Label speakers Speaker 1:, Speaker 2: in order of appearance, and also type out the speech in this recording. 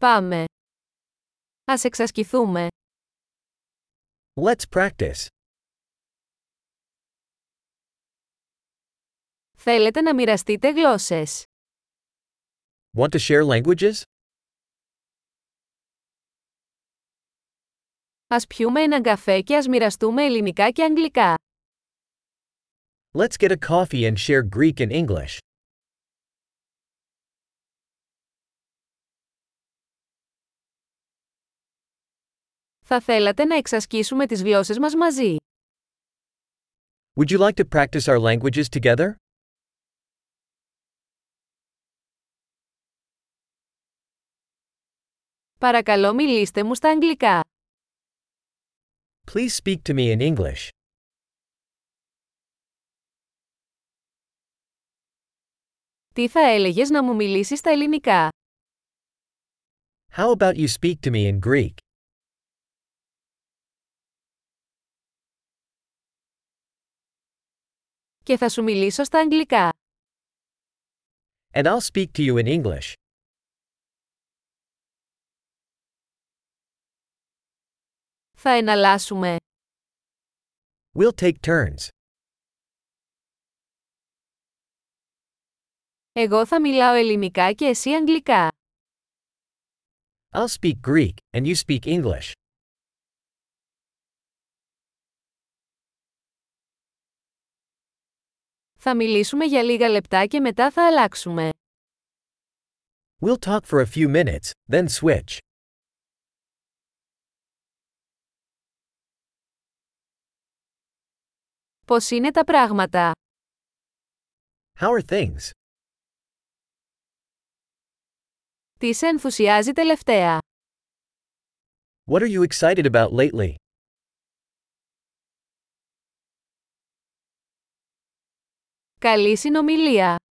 Speaker 1: Πάμε. Ας εξασκηθούμε.
Speaker 2: Let's practice.
Speaker 1: Θέλετε να μοιραστείτε γλώσσες.
Speaker 2: Want to share languages?
Speaker 1: Ας πιούμε έναν καφέ και ας μοιραστούμε ελληνικά και αγγλικά.
Speaker 2: Let's get a coffee and share Greek and English.
Speaker 1: Θα θέλατε να εξασκήσουμε τις γλώσσες μας μαζί.
Speaker 2: Would you like to practice our languages together?
Speaker 1: Παρακαλώ μιλήστε μου στα αγγλικά.
Speaker 2: Please speak to me in English.
Speaker 1: Τι θα έλεγες να μου μιλήσεις στα ελληνικά.
Speaker 2: How about you speak to me in Greek?
Speaker 1: Και θα σου μιλήσω στα αγγλικά.
Speaker 2: And I'll speak to you in English.
Speaker 1: Θα εναλλάσσουμε.
Speaker 2: We'll take turns.
Speaker 1: Εγώ θα μιλάω ελληνικά και εσύ αγγλικά.
Speaker 2: I'll speak Greek, and you speak English.
Speaker 1: Θα μιλήσουμε για λίγα λεπτά και μετά θα αλλάξουμε.
Speaker 2: We'll talk for a few minutes, then switch.
Speaker 1: Πώς είναι τα πράγματα.
Speaker 2: How are things?
Speaker 1: Τι σε ενθουσιάζει τελευταία.
Speaker 2: What are you excited about lately?
Speaker 1: Καλή συνομιλία.